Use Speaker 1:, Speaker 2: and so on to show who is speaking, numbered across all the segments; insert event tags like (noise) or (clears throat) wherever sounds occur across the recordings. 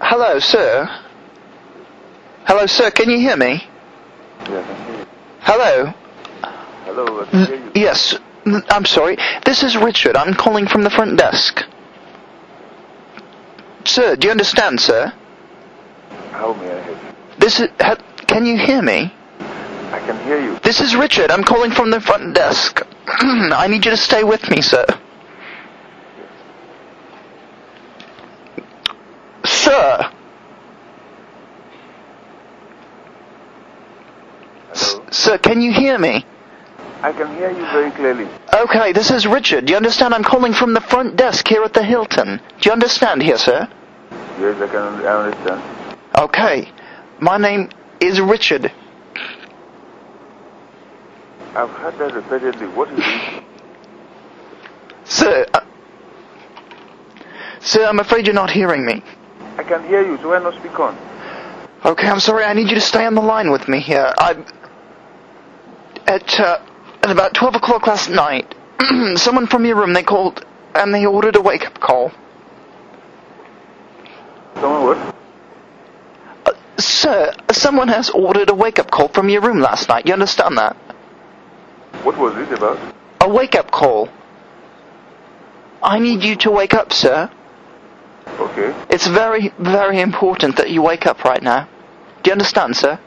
Speaker 1: Hello, sir. Hello, sir. Can you hear me?
Speaker 2: Yes, I hear you.
Speaker 1: Hello.
Speaker 2: Hello, I
Speaker 1: Uh,
Speaker 2: can hear you.
Speaker 1: Yes. N- I'm sorry. This is Richard. I'm calling from the front desk. Sir, do you understand, sir?
Speaker 2: How may I help you?
Speaker 1: This is. Ha- can you hear me?
Speaker 2: I can hear you.
Speaker 1: This is Richard. I'm calling from the front desk. (clears throat) I need you to stay with me, sir. Sir. S-
Speaker 2: Hello.
Speaker 1: sir, can you hear me?
Speaker 2: I can hear you very clearly.
Speaker 1: Okay, this is Richard. Do you understand? I'm calling from the front desk here at the Hilton. Do you understand here, sir?
Speaker 2: Yes, I can I understand.
Speaker 1: Okay. My name is Richard.
Speaker 2: I've heard that repeatedly. What is it?
Speaker 1: Sir. uh, sir, I'm afraid you're not hearing me.
Speaker 2: I can hear you, so why not speak on?
Speaker 1: Okay, I'm sorry. I need you to stay on the line with me here. I at uh, at about twelve o'clock last night, (clears throat) someone from your room they called and they ordered a wake up call.
Speaker 2: Someone what?
Speaker 1: Uh, sir, someone has ordered a wake up call from your room last night. You understand that?
Speaker 2: What was it about?
Speaker 1: A wake up call. I need you to wake up, sir.
Speaker 2: Okay,
Speaker 1: It's very, very important that you wake up right now. Do you understand, sir?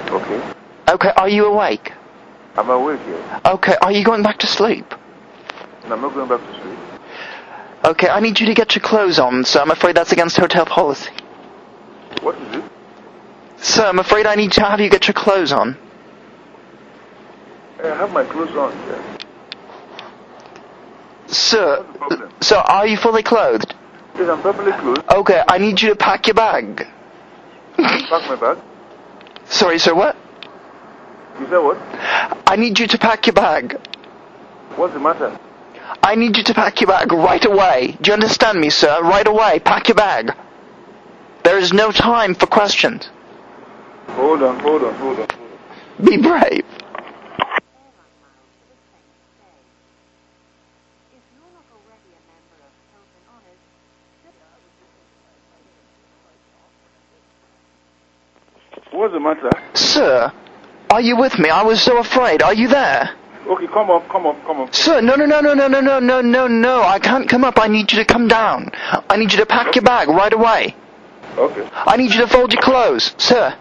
Speaker 2: okay.
Speaker 1: Okay, are you awake?
Speaker 2: I'm awake here.
Speaker 1: Okay, are you going back to sleep?
Speaker 2: And I'm not going back to sleep.
Speaker 1: Okay, I need you to get your clothes on, sir. I'm afraid that's against hotel policy.
Speaker 2: What is it?
Speaker 1: Sir, I'm afraid I need to have you get your clothes on.
Speaker 2: I have my clothes on here.
Speaker 1: Sir,
Speaker 2: What's the problem?
Speaker 1: sir, are you fully clothed?
Speaker 2: Yes, I'm properly clothed.
Speaker 1: Okay, I need you to pack your bag.
Speaker 2: Pack my bag.
Speaker 1: Sorry, sir, what?
Speaker 2: You said what?
Speaker 1: I need you to pack your bag.
Speaker 2: What's the matter?
Speaker 1: I need you to pack your bag right away. Do you understand me, sir? Right away, pack your bag. There is no time for questions.
Speaker 2: Hold on, hold on, hold on.
Speaker 1: Be brave.
Speaker 3: If you're not already a member of Hilton Honors,
Speaker 2: What's the matter?
Speaker 1: Sir, are you with me? I was so afraid. Are you there?
Speaker 2: Okay, come up, come up, come up.
Speaker 1: Sir, no, no, no, no, no, no, no, no, no, no. I can't come up. I need you to come down. I need you to pack your bag right away.
Speaker 2: Okay.
Speaker 1: I need you to fold your clothes. Sir,